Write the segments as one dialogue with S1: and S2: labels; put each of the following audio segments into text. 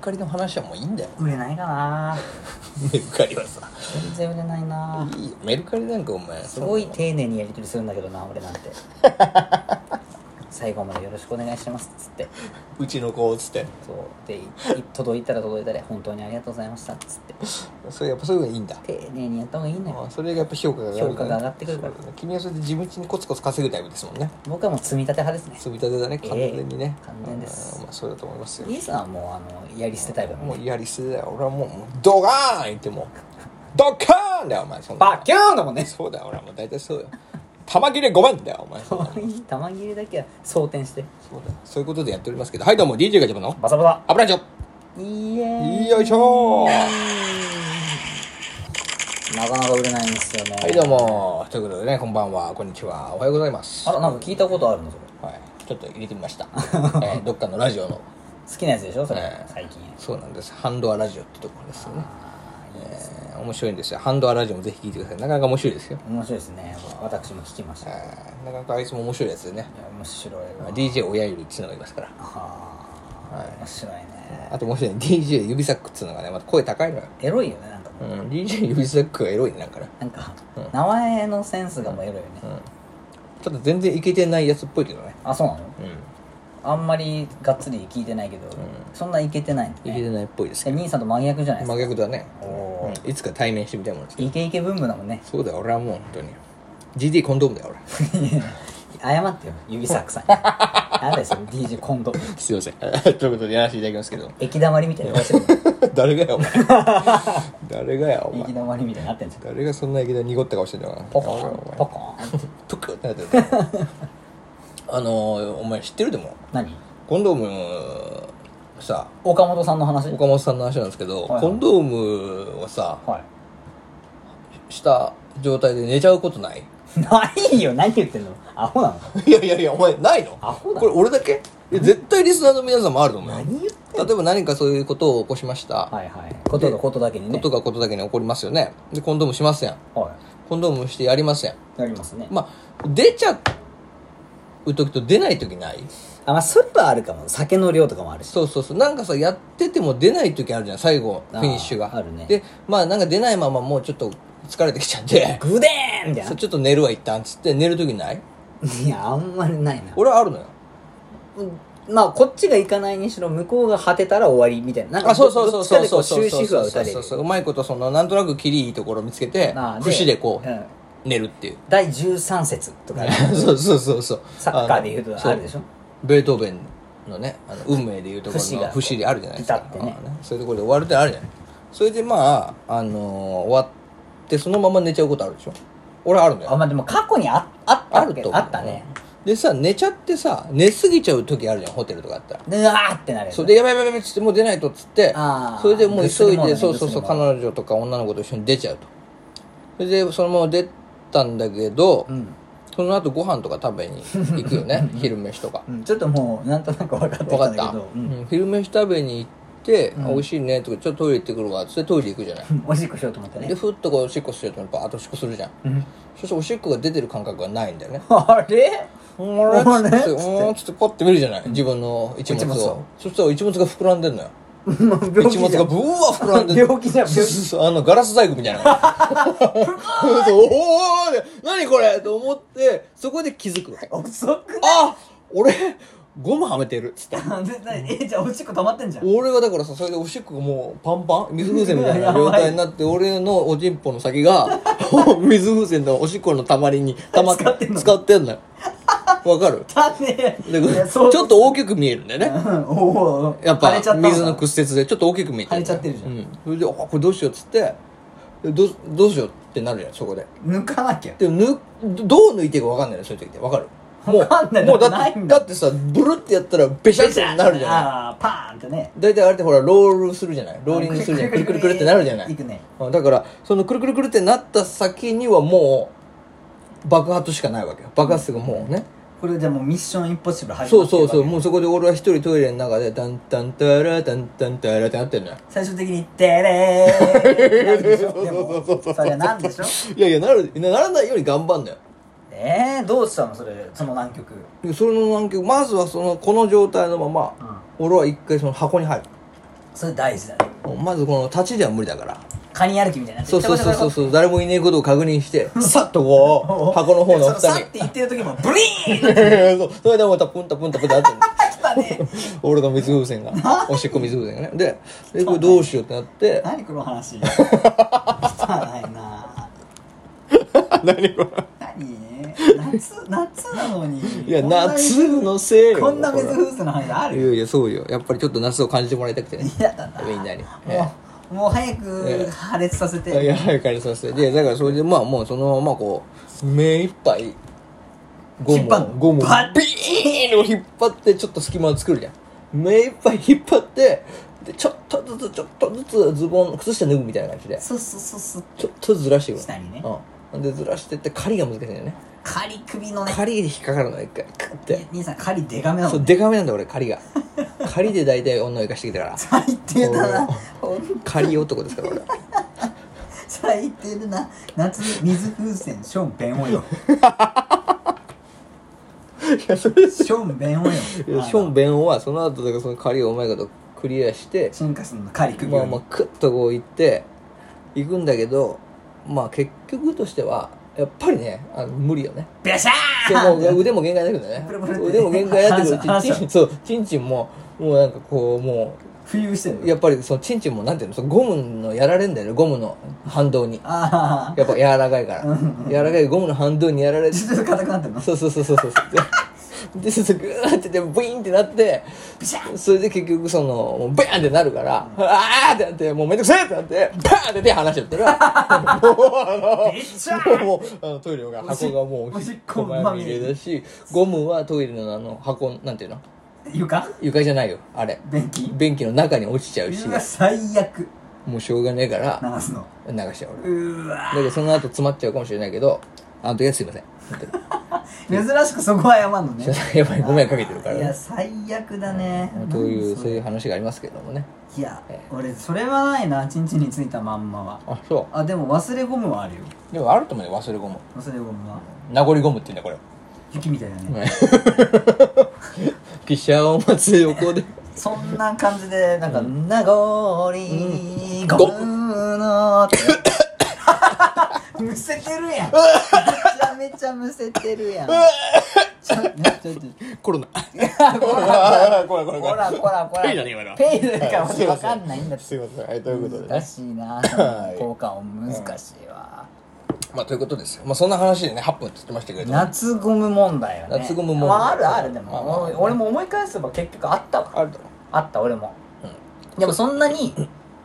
S1: カリの話はもういいんだよ
S2: 売れないかな
S1: メルカリはさ
S2: 全然売れないない
S1: いよメルカリなんかお前
S2: すごい丁寧にやり取りするんだけどな俺 なんて最後までよろしくお願いしますっつって
S1: うちの子をつって
S2: そうでい届いたら届いたで本当にありがとうございましたっつって
S1: それやっぱそういうのいいんだ
S2: 丁寧にやった方がいいのよ
S1: あそれがやっぱ評価が上がる
S2: 評価が上がってくるから
S1: そうだね君はそれで自分家にコツコツ稼ぐタイプですもんね
S2: 僕はもう積み立て派ですね
S1: 積み立てだね
S2: ええ
S1: 完全にね、
S2: 完全です
S1: あーまあそうだと思いますよ
S2: イエさんはもうあのやり捨てタイプなの
S1: もうやりすぎだよ俺はもうもうドガーン言ってもうドカーンだよお前そんな
S2: バキューンだもんね
S1: そうだよ俺はもう大体そうよ玉切れ5万だよお前そんな
S2: 玉切れだけは装填して
S1: そうだよそういうことでやっておりますけどはいどうも DJ ガチャバの
S2: バサバ
S1: 油じょ
S2: サいいえ
S1: よいしょ
S2: なかなか売れないんですよね
S1: はいどうもということでねこんばんはこんにちはおはようございます
S2: あらなんか聞いたことあるのそれ
S1: はいちょっと入れてみました、 えーどっかのラジオの
S2: 好きなやつでしょそれ、
S1: ええ
S2: 最近
S1: そうなんですハンドアラジオってところですよね、
S2: あーいいです
S1: えー面白いんですよハンドアラジオもぜひ聞いてくださいなかなか面白いですよ、
S2: 面白いですね私も聞きましたいや
S1: えーなかなかあいつも面白いやつでね
S2: 面白いわ
S1: DJ 親指っつうのがいますから
S2: あー面白いね
S1: あともう一人 DJ 指サックっつうのがねまた声高いのよ、
S2: エロいよねなんか
S1: うん、DJ 指サックがエロいねなんかね
S2: なんか、名前のセンスがもうエロいよね、
S1: ちょっと全然イケてないやつっぽいけどね
S2: あそうなの
S1: うん
S2: あんまりがっつり聞いてないけど、そんないけてないんだ
S1: イケ
S2: ね
S1: てないっぽいですけ
S2: え兄さんと真逆じゃない
S1: ど
S2: です
S1: 真
S2: か
S1: 逆だね、
S2: お
S1: うん、いつか対面してみたいもんですけど
S2: イケイケブンブンだもんね
S1: そうだよ俺はもう本当に GD コンドームだよ俺
S2: 謝ってよ指サッ クさん何ですよ DJ 今度
S1: すいませんということでやらせていただきますけど
S2: 駅だまりみたいになってるよ
S1: 誰がやお 前誰がやお前
S2: 駅だまりみたいになってんじゃん
S1: 誰がそんな駅で濁った顔してんだから
S2: ポコンポコン
S1: プクってなってる あのー、お前知ってるでも
S2: 何
S1: コンドームさ
S2: 岡本さんの話
S1: 岡本さんの話なんですけど、
S2: はいはい
S1: コンドームをさ
S2: は
S1: した状態で寝ちゃうことない
S2: いないよ何言ってんのアホなの
S1: いやいやいやお前ないの
S2: アホだ
S1: これ俺だけいや絶対リスナーの皆さんもあると思うよ
S2: 何言って
S1: 例えば何かそういうことを起こしました、
S2: はいはいことがことだけに
S1: こ
S2: ね
S1: とがことだけに起こりますよねでコンドームしません
S2: は
S1: コンドームしてやりません
S2: いやりますね
S1: まあ出ちゃう時と出ない時ない
S2: あまあそれはあるかも酒の量とかもあるし
S1: そうそうそうなんかさやってても出ない時あるじゃん最後フ
S2: あー
S1: ィニッシュが
S2: あるね
S1: でまあなんか出ないままもうちょっと疲れてきちゃって
S2: グデーンみたい
S1: そうちょっと寝るわ一旦っつって寝る時ない
S2: ないやあんまりないな
S1: 俺はあるのよ
S2: まあこっちが行かないにしろ向こうが果てたら終わりみたいななんか
S1: あそうそうそうそう
S2: ど
S1: そ
S2: っ
S1: う
S2: ち
S1: そう
S2: かでこう終止符は打たれ
S1: そ
S2: る
S1: うそううまいことそのなんとなくきりいいところ見つけて
S2: なあ
S1: 節でこ
S2: ん
S1: う寝るっていう
S2: 第13節とか
S1: そうそうそうそう
S2: サッカーで言うと
S1: のそう
S2: あるでしょ
S1: ベートーベンのねあの運命でいうところ
S2: 節
S1: の
S2: が
S1: 節であるじゃないです
S2: ピ
S1: か
S2: タッてね
S1: あのそういうところで終わるってあるじゃないそれでまあ、あのー終わってそのまま寝ちゃうことあるでしょ俺あるんだよ
S2: あまあでも過去にああった
S1: あ
S2: わ
S1: る
S2: け
S1: と思う
S2: あったね
S1: でさ寝ちゃってさ寝すぎちゃう時あるじゃんホテルとかあったら
S2: うわーってなるよね
S1: それでやばいやばいやばいっつってもう出ないとっつって
S2: あー
S1: それでもう急
S2: ぐっすり
S1: い
S2: もん
S1: で
S2: ね
S1: そうそうそう
S2: ぐっすり
S1: 彼
S2: も
S1: 女とか女の子と一緒に出ちゃうとそれでそのまま出たんだけど、
S2: うん
S1: その後ご飯とか食べに行くよ ね昼飯とか
S2: うんちょっともうなんとなく分かってき
S1: 分かっ
S2: たんだ
S1: た、
S2: けどう
S1: うんん昼飯食べに行って、あ美味しいねとかちょっとトイレ行ってくるわっつってトイレ行くじゃない
S2: おしっこしようと思ってね
S1: でふっとこうおしっこしようと思ってバーッとおしっこするじゃん、
S2: うん
S1: そしておしっこが出てる感覚がないんだよね
S2: あれ
S1: あ
S2: あ
S1: れ
S2: れ
S1: っつって、うーんっつってパッて見るじゃない自分の一
S2: 一
S1: 物
S2: 物
S1: を
S2: を。
S1: そしたら一物が膨らんでんのよ。
S2: 病
S1: 一物がブワー膨らんでんの。
S2: 病気じゃん病
S1: そ
S2: 気
S1: うそうそうあの、ガラス細工みたいな。そうおーおーおー何これと思って、そこで気づくわけ。
S2: 遅く
S1: あ俺、ゴムはめてるっつって。
S2: なんでなえじゃあおしっこ溜まってんじゃん
S1: 俺はだからさ、それでおしっこがもうパンパン水風船みたいな状態になって、俺のおちんぽの先が、 水風船のおしっこの溜まりに溜ま
S2: 使ってんの
S1: 使ってんのよ。わかる
S2: だね
S1: で
S2: いや
S1: ち
S2: そ
S1: ょ
S2: う
S1: っと大きく見えるんだよね。
S2: うんおお
S1: やっぱ
S2: 腫れちゃったんだ
S1: 水の屈折でちょっと大きく見えて
S2: 腫れちゃってるじゃん
S1: うん、それで「あこれどうしよう」っつってでどうどうしようってなるじゃんそこで
S2: 抜かなきゃ
S1: でぬどう抜いていいか分かんないのそういう時って分かるもう
S2: わかんない
S1: もうだ
S2: な
S1: っ
S2: い
S1: て
S2: ん
S1: だ
S2: だ
S1: ってさブルってやったらベシャってなるじゃない
S2: ああーパーンってね
S1: 大体あれってほらロールするじゃないローリングするじゃない
S2: あ
S1: く
S2: く
S1: る
S2: る
S1: くる
S2: くる
S1: くるってなるじゃない
S2: いくね
S1: あだからそのくるくるくるってなった先にはもう爆発しかないわけよ爆発がもうね、
S2: これじゃもうミッションインポッシブル始まってる
S1: そ
S2: わ
S1: う
S2: け
S1: そうそうもうそこで俺は一人トイレの中でタンタンタラタンタンタラってなってんのよ
S2: 最終的に「テレー」なんでし
S1: そ
S2: ょで
S1: うそうそうそう
S2: もそれなんでしょ
S1: いやいやなるなならないように頑張んだよ
S2: えー、どうしたのそれその南極
S1: でそのなんかまずはそのこの状態のまま、俺は一回その箱に入る
S2: それ大事だね
S1: まずこの立ちでは無理だから
S2: カニ歩きみたいになって
S1: そうそうそうそうそう誰もいねえことを確認してさっとこう箱の方の
S2: そ
S1: 蓋
S2: さ
S1: に
S2: って言ってる時もブリー ン
S1: そうそれでもうタプンタプンタプンってなってんの
S2: 来たね
S1: 俺が水風 船がおしっこ水風船がねででこれどうしようってなっ て
S2: 何この 話汚いな
S1: 何これ
S2: 何ね夏夏なのに
S1: いや
S2: こんな水
S1: 夏のせいよ
S2: こんな
S1: これ
S2: 水風船の話あ
S1: い
S2: る
S1: やいやそうよやっぱりちょっと夏を感じてもらいたくてね
S2: 嫌だな
S1: みんなに
S2: もうもう早
S1: え
S2: く
S1: え
S2: 破裂させて、
S1: いや早く帰りさせてでだからそれでまあもうそのままこう目いっぱいゴ
S2: 引っ
S1: ム
S2: 張
S1: を
S2: る
S1: ゴムを
S2: バッ
S1: ビーンを引っ張ってちょっと隙間を作るじゃん目いっぱい引っ張ってでちょっとずつちょっとずつズボン靴下脱ぐみたいな感じで
S2: そうそうそうそう
S1: ちょっとずらしていくの
S2: 下にね
S1: うん、でずらしてって狩りが難しいんだよね
S2: 仮首のね
S1: 狩りで引っかかるのよ一回クッて
S2: 兄さん仮でかめな
S1: そ
S2: の
S1: うデカめなんだ俺狩りが狩りで大体女を生かしてきたか ら
S2: 最低だなほん
S1: 狩り男ですから 俺は
S2: 最低だな夏に水風船ションベンをよ
S1: いやそれ
S2: ションベンをよ
S1: いやション・ベンオはその後だからその狩りをうまいことクリアして
S2: 進化するの仮首
S1: まあ
S2: を
S1: まあ
S2: よ
S1: クッとこう行って行くんだけどまあ結局としてはやっぱりねあの無理 よね
S2: ベシャ
S1: でも
S2: ーン
S1: う腕も限界だけどね
S2: プルプルって
S1: 腕も限界だけどちん
S2: 話した
S1: ちん そうちんちんももうなんかこうも
S2: 浮遊してる
S1: うやっぱりそのちんちんもなんていうのそのゴムのやられんだよねゴムの反動に
S2: あ
S1: やっぱ柔らかいから柔らかいゴムの反動にやられ
S2: あ
S1: て
S2: ちょっと硬くなってるの
S1: そうそうそうそうそうででそうそうグーってでブイーンってなって
S2: ビシャー
S1: それで結局そのもうバーンってなるから、あーってなってもうめんどくせえってなってバーンって手離しちゃったらもうあ
S2: ビシャ
S1: のもうもうあのトイレが
S2: おし
S1: 箱がもう
S2: おしっこ
S1: まみれだしゴムはトイレのあの箱なんていうの
S2: 床
S1: 床じゃないよあれ
S2: 便器
S1: 便器の中に落ちちゃうし
S2: うわ最悪
S1: もうしょうがねえから
S2: 流すの
S1: 流しちゃう俺
S2: うわ
S1: だけどその後詰まっちゃうかもしれないけどあの時はすいません 本当に
S2: 珍しくそこは謝んのね
S1: やばいご迷惑かけてるから
S2: い
S1: ね
S2: や最悪だね
S1: という
S2: 何
S1: そう
S2: れ
S1: いう話がありますけどもね
S2: いや俺それはないなチンチンについたまんまは
S1: あそ
S2: あでも忘れゴムはあるよ
S1: うでもあると思うよ忘れゴム
S2: 忘れゴムは
S1: 名残ゴムって言うんだよ
S2: 雪みたいだね、
S1: これ汽車を待つ横で
S2: そんな感じでなんか「名残ゴムの」って むせてるやんめちゃめちゃむせてるやんちょっとちょっと
S1: コロナ
S2: ほら
S1: こらこら
S2: ほらほらほら
S1: ペイだね今のは
S2: ペイだからわかんないんだって
S1: すいませんはいということで
S2: 難
S1: ね
S2: しいな
S1: はい
S2: 効果音難しいわ
S1: まあということですよまあそんな話でね8分って言ってましたけれども
S2: 夏ゴム問題よね
S1: 夏ゴム問題
S2: まああるあるで
S1: まあまあ
S2: も俺も思い返せば結局あったわ
S1: あるだろ
S2: あった俺も、でもそんなに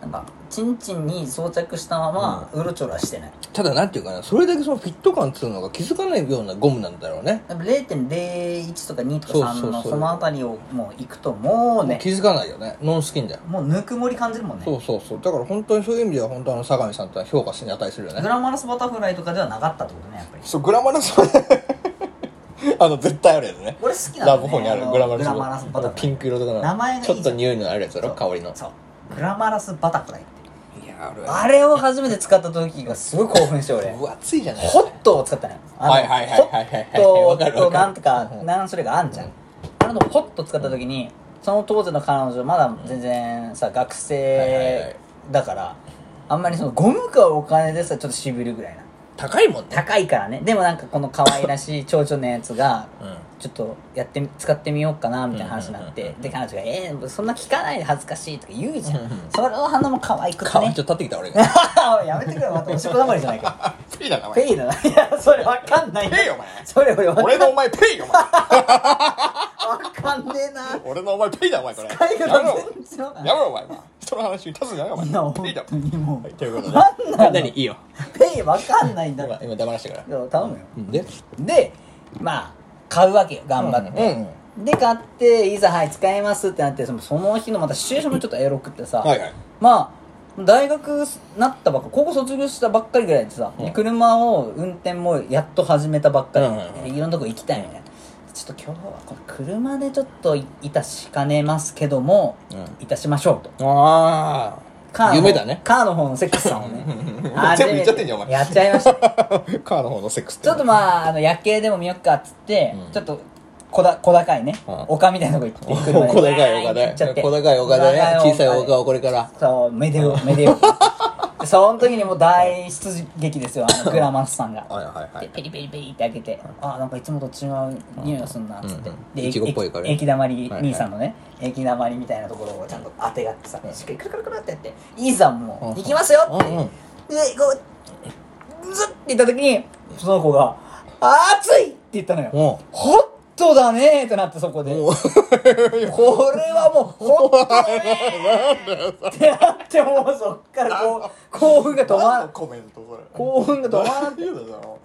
S2: なんかチンチンに装着したままうろちょろしてない
S1: ただなんていうかなそれだけそのフィット感っつうのが気づかないようなゴムなんだろうね
S2: やっぱ0.01とか2とか
S1: そう
S2: 3
S1: そう
S2: の
S1: そう
S2: その辺りをもう行くともうね
S1: 気づかないよねノンスキンだよ
S2: もうぬくもり感じるもんね
S1: そうそうそうだから本当にそういう意味では本当あの相模さんってのは評価に値するよね
S2: グラマラスバタフライとかではなかったってことねやっぱり
S1: そう、グラマラス あの、絶対あるやつね。
S2: 俺好きなの、ね、
S1: ラブホにあるグラマラス
S2: グラマラスバタフライ
S1: ピンク色とかの
S2: 名前がいい
S1: ち
S2: じゃ
S1: ょ
S2: ん
S1: っと匂いのあるやつだろ
S2: そう
S1: 香りの
S2: そうグラマラスバタフライって
S1: いやある
S2: あれを初めて使った時がすごい興奮して俺
S1: 分厚いじゃない
S2: ホットを使ったのよあの
S1: はいはいはいはいはいはい
S2: ホ
S1: わか
S2: ッ
S1: るわかる
S2: トとなんとか
S1: うん
S2: 何種類かあんじゃんあれのホット使った時にその当時の彼女まだ全然さ学
S1: はいはいは
S2: 生
S1: い
S2: だからあんまりそのゴムかお金でさちょっとしびるぐらいな
S1: 高いもんね
S2: 高いからねでもなんかこの可愛 らしい蝶々のやつが
S1: うん
S2: ちょっとやってみ使ってみようかなみたいな話になっ
S1: うんうん
S2: て
S1: うん
S2: で彼女が「えー、そんな聞かないで恥ずかしい」とか言うじゃ
S1: うん
S2: ん
S1: うん
S2: それの花も可愛くて
S1: 顔ちょ
S2: ね
S1: っと立ってきた俺が
S2: お いやめてくれまたおしっこだまりじゃないか
S1: ペイだなお
S2: ペイだな。 いや、それわかんない。
S1: ペイお前
S2: それ俺わかん
S1: 俺のお前ペイ よお前
S2: わかんねえな。
S1: 俺のお前ペイだお前これ
S2: 使い
S1: やめろ
S2: 方全然わかん
S1: や
S2: な
S1: めろお前人の話に立つんじゃないよお
S2: い。い
S1: 前
S2: や、
S1: ペ
S2: 本
S1: イだ
S2: 当にも
S1: は
S2: う
S1: い、ということで
S2: なんなの
S1: 何いいよ
S2: ペイわかんないんだか
S1: 今今黙らしてから
S2: ら。頼むよ。
S1: うんで
S2: で、まあ、買うわけよ。頑張って。
S1: うんうん
S2: で、買って、いざ、はい、使えますってなって、そのその日のまたシチュエーションもちょっとエロくってさ、
S1: はいはい
S2: まあ、大学なったばっか、高校卒業したばっかりぐらいでさ、
S1: うん
S2: 車を運転もやっと始めたばっかり、
S1: うんうんうん
S2: でいろんなとこ行きたいみたいな。ちょっと今日はこの車でちょっといいたしかねますけども、
S1: う
S2: いたしましょうと。
S1: あ
S2: カー
S1: あ
S2: の
S1: 夢だね。
S2: カーの方のセックスさんをね
S1: 全部言っちゃってんじゃんお前
S2: やっちゃいました。
S1: カーの方のセックス
S2: ちょっとまあ、あの夜景でも見よっかっつって、
S1: うん
S2: ちょっと小だ小高いね、
S1: うん
S2: 丘みたいなとこ行っ
S1: 小
S2: て車で
S1: 高い
S2: わ
S1: 丘
S2: ー 行
S1: で
S2: っちゃって
S1: 小高い丘でね
S2: 小高
S1: 小さい丘をこれから
S2: そうめでようめでよ うでその時にもう大出撃ですよあのグラマス さんが
S1: はいはいは
S2: で
S1: い
S2: ペリペリペリって開けて「あなんかいつもと違う匂いがすんな」っつって
S1: うんうん
S2: で
S1: いちごっぽいからね
S2: 駅駅だま
S1: は
S2: り
S1: いはい
S2: 兄さんのね駅だまりみたいなところをちゃんと当てがってさしっかりくるくるくるってやっていいさんも
S1: うん
S2: 行きますよって
S1: うんうん
S2: でこうズッって言った時にその子が「あー暑い!」って言ったのよ
S1: も
S2: 「ホットだね!」ってなってそこで
S1: う
S2: こ
S1: もう
S2: れはもうホットだねーってなってもうそっからこう興奮が止ま
S1: 何
S2: ん
S1: のコメントそれ
S2: 興奮が止まらん
S1: 言うだろ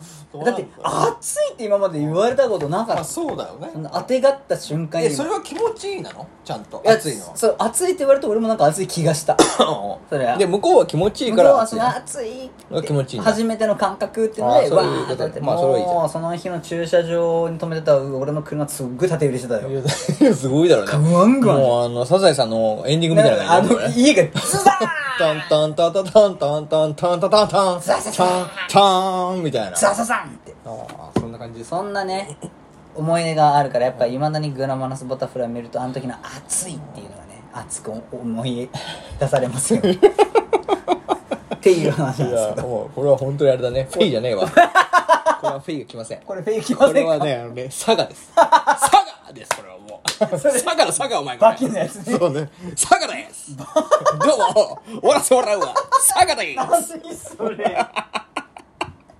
S2: だって暑いって今まで言われたことなかった
S1: そうだよね
S2: その当てがった瞬間に
S1: えそれは気持ちいいなのちゃんと
S2: や
S1: 暑いの
S2: そう暑いって言われると俺もなんか暑い気がした
S1: は
S2: それは
S1: で向こうは気持ちいい
S2: 向
S1: か
S2: こう
S1: ら
S2: は
S1: 暑
S2: そ
S1: い
S2: の
S1: の
S2: 暑いって
S1: 気持ちいいんだ
S2: 初めての感覚っていうの
S1: あー
S2: で
S1: そう
S2: わ
S1: いう
S2: ー
S1: こと
S2: って
S1: ね
S2: なって
S1: まあそれはいいじゃん
S2: もうその日の駐車場に止めてた俺の車すっごい縦揺れしてたよ
S1: いやすごいだろうね
S2: ガワンガワン
S1: もうあのサザエさんのエンディングみたいな
S2: あ
S1: 感じだ
S2: の
S1: よね
S2: 家がズバ
S1: タンタンタタタンタンタンタンタタンタンタンタンみたいな
S2: ザザザンって
S1: ああそんな感じです
S2: そんなね思い出があるからやっぱいまだにグラマラスボタフライ見るとあの時の熱いっていうのがね熱く思い出され ますよっていう話なん
S1: い
S2: です
S1: や
S2: けど
S1: もうこれは本当にあれだねフェイじゃねえわこれはフェイが来ません
S2: これフェイクきま
S1: こ
S2: せ
S1: れ
S2: ん
S1: は
S2: か
S1: ねあのね佐賀です佐賀ですこれはもう佐賀だ佐賀お前これ
S2: バキのやつね
S1: そうね佐賀ですどうも終わらせてもらうわ佐賀です
S2: 何それ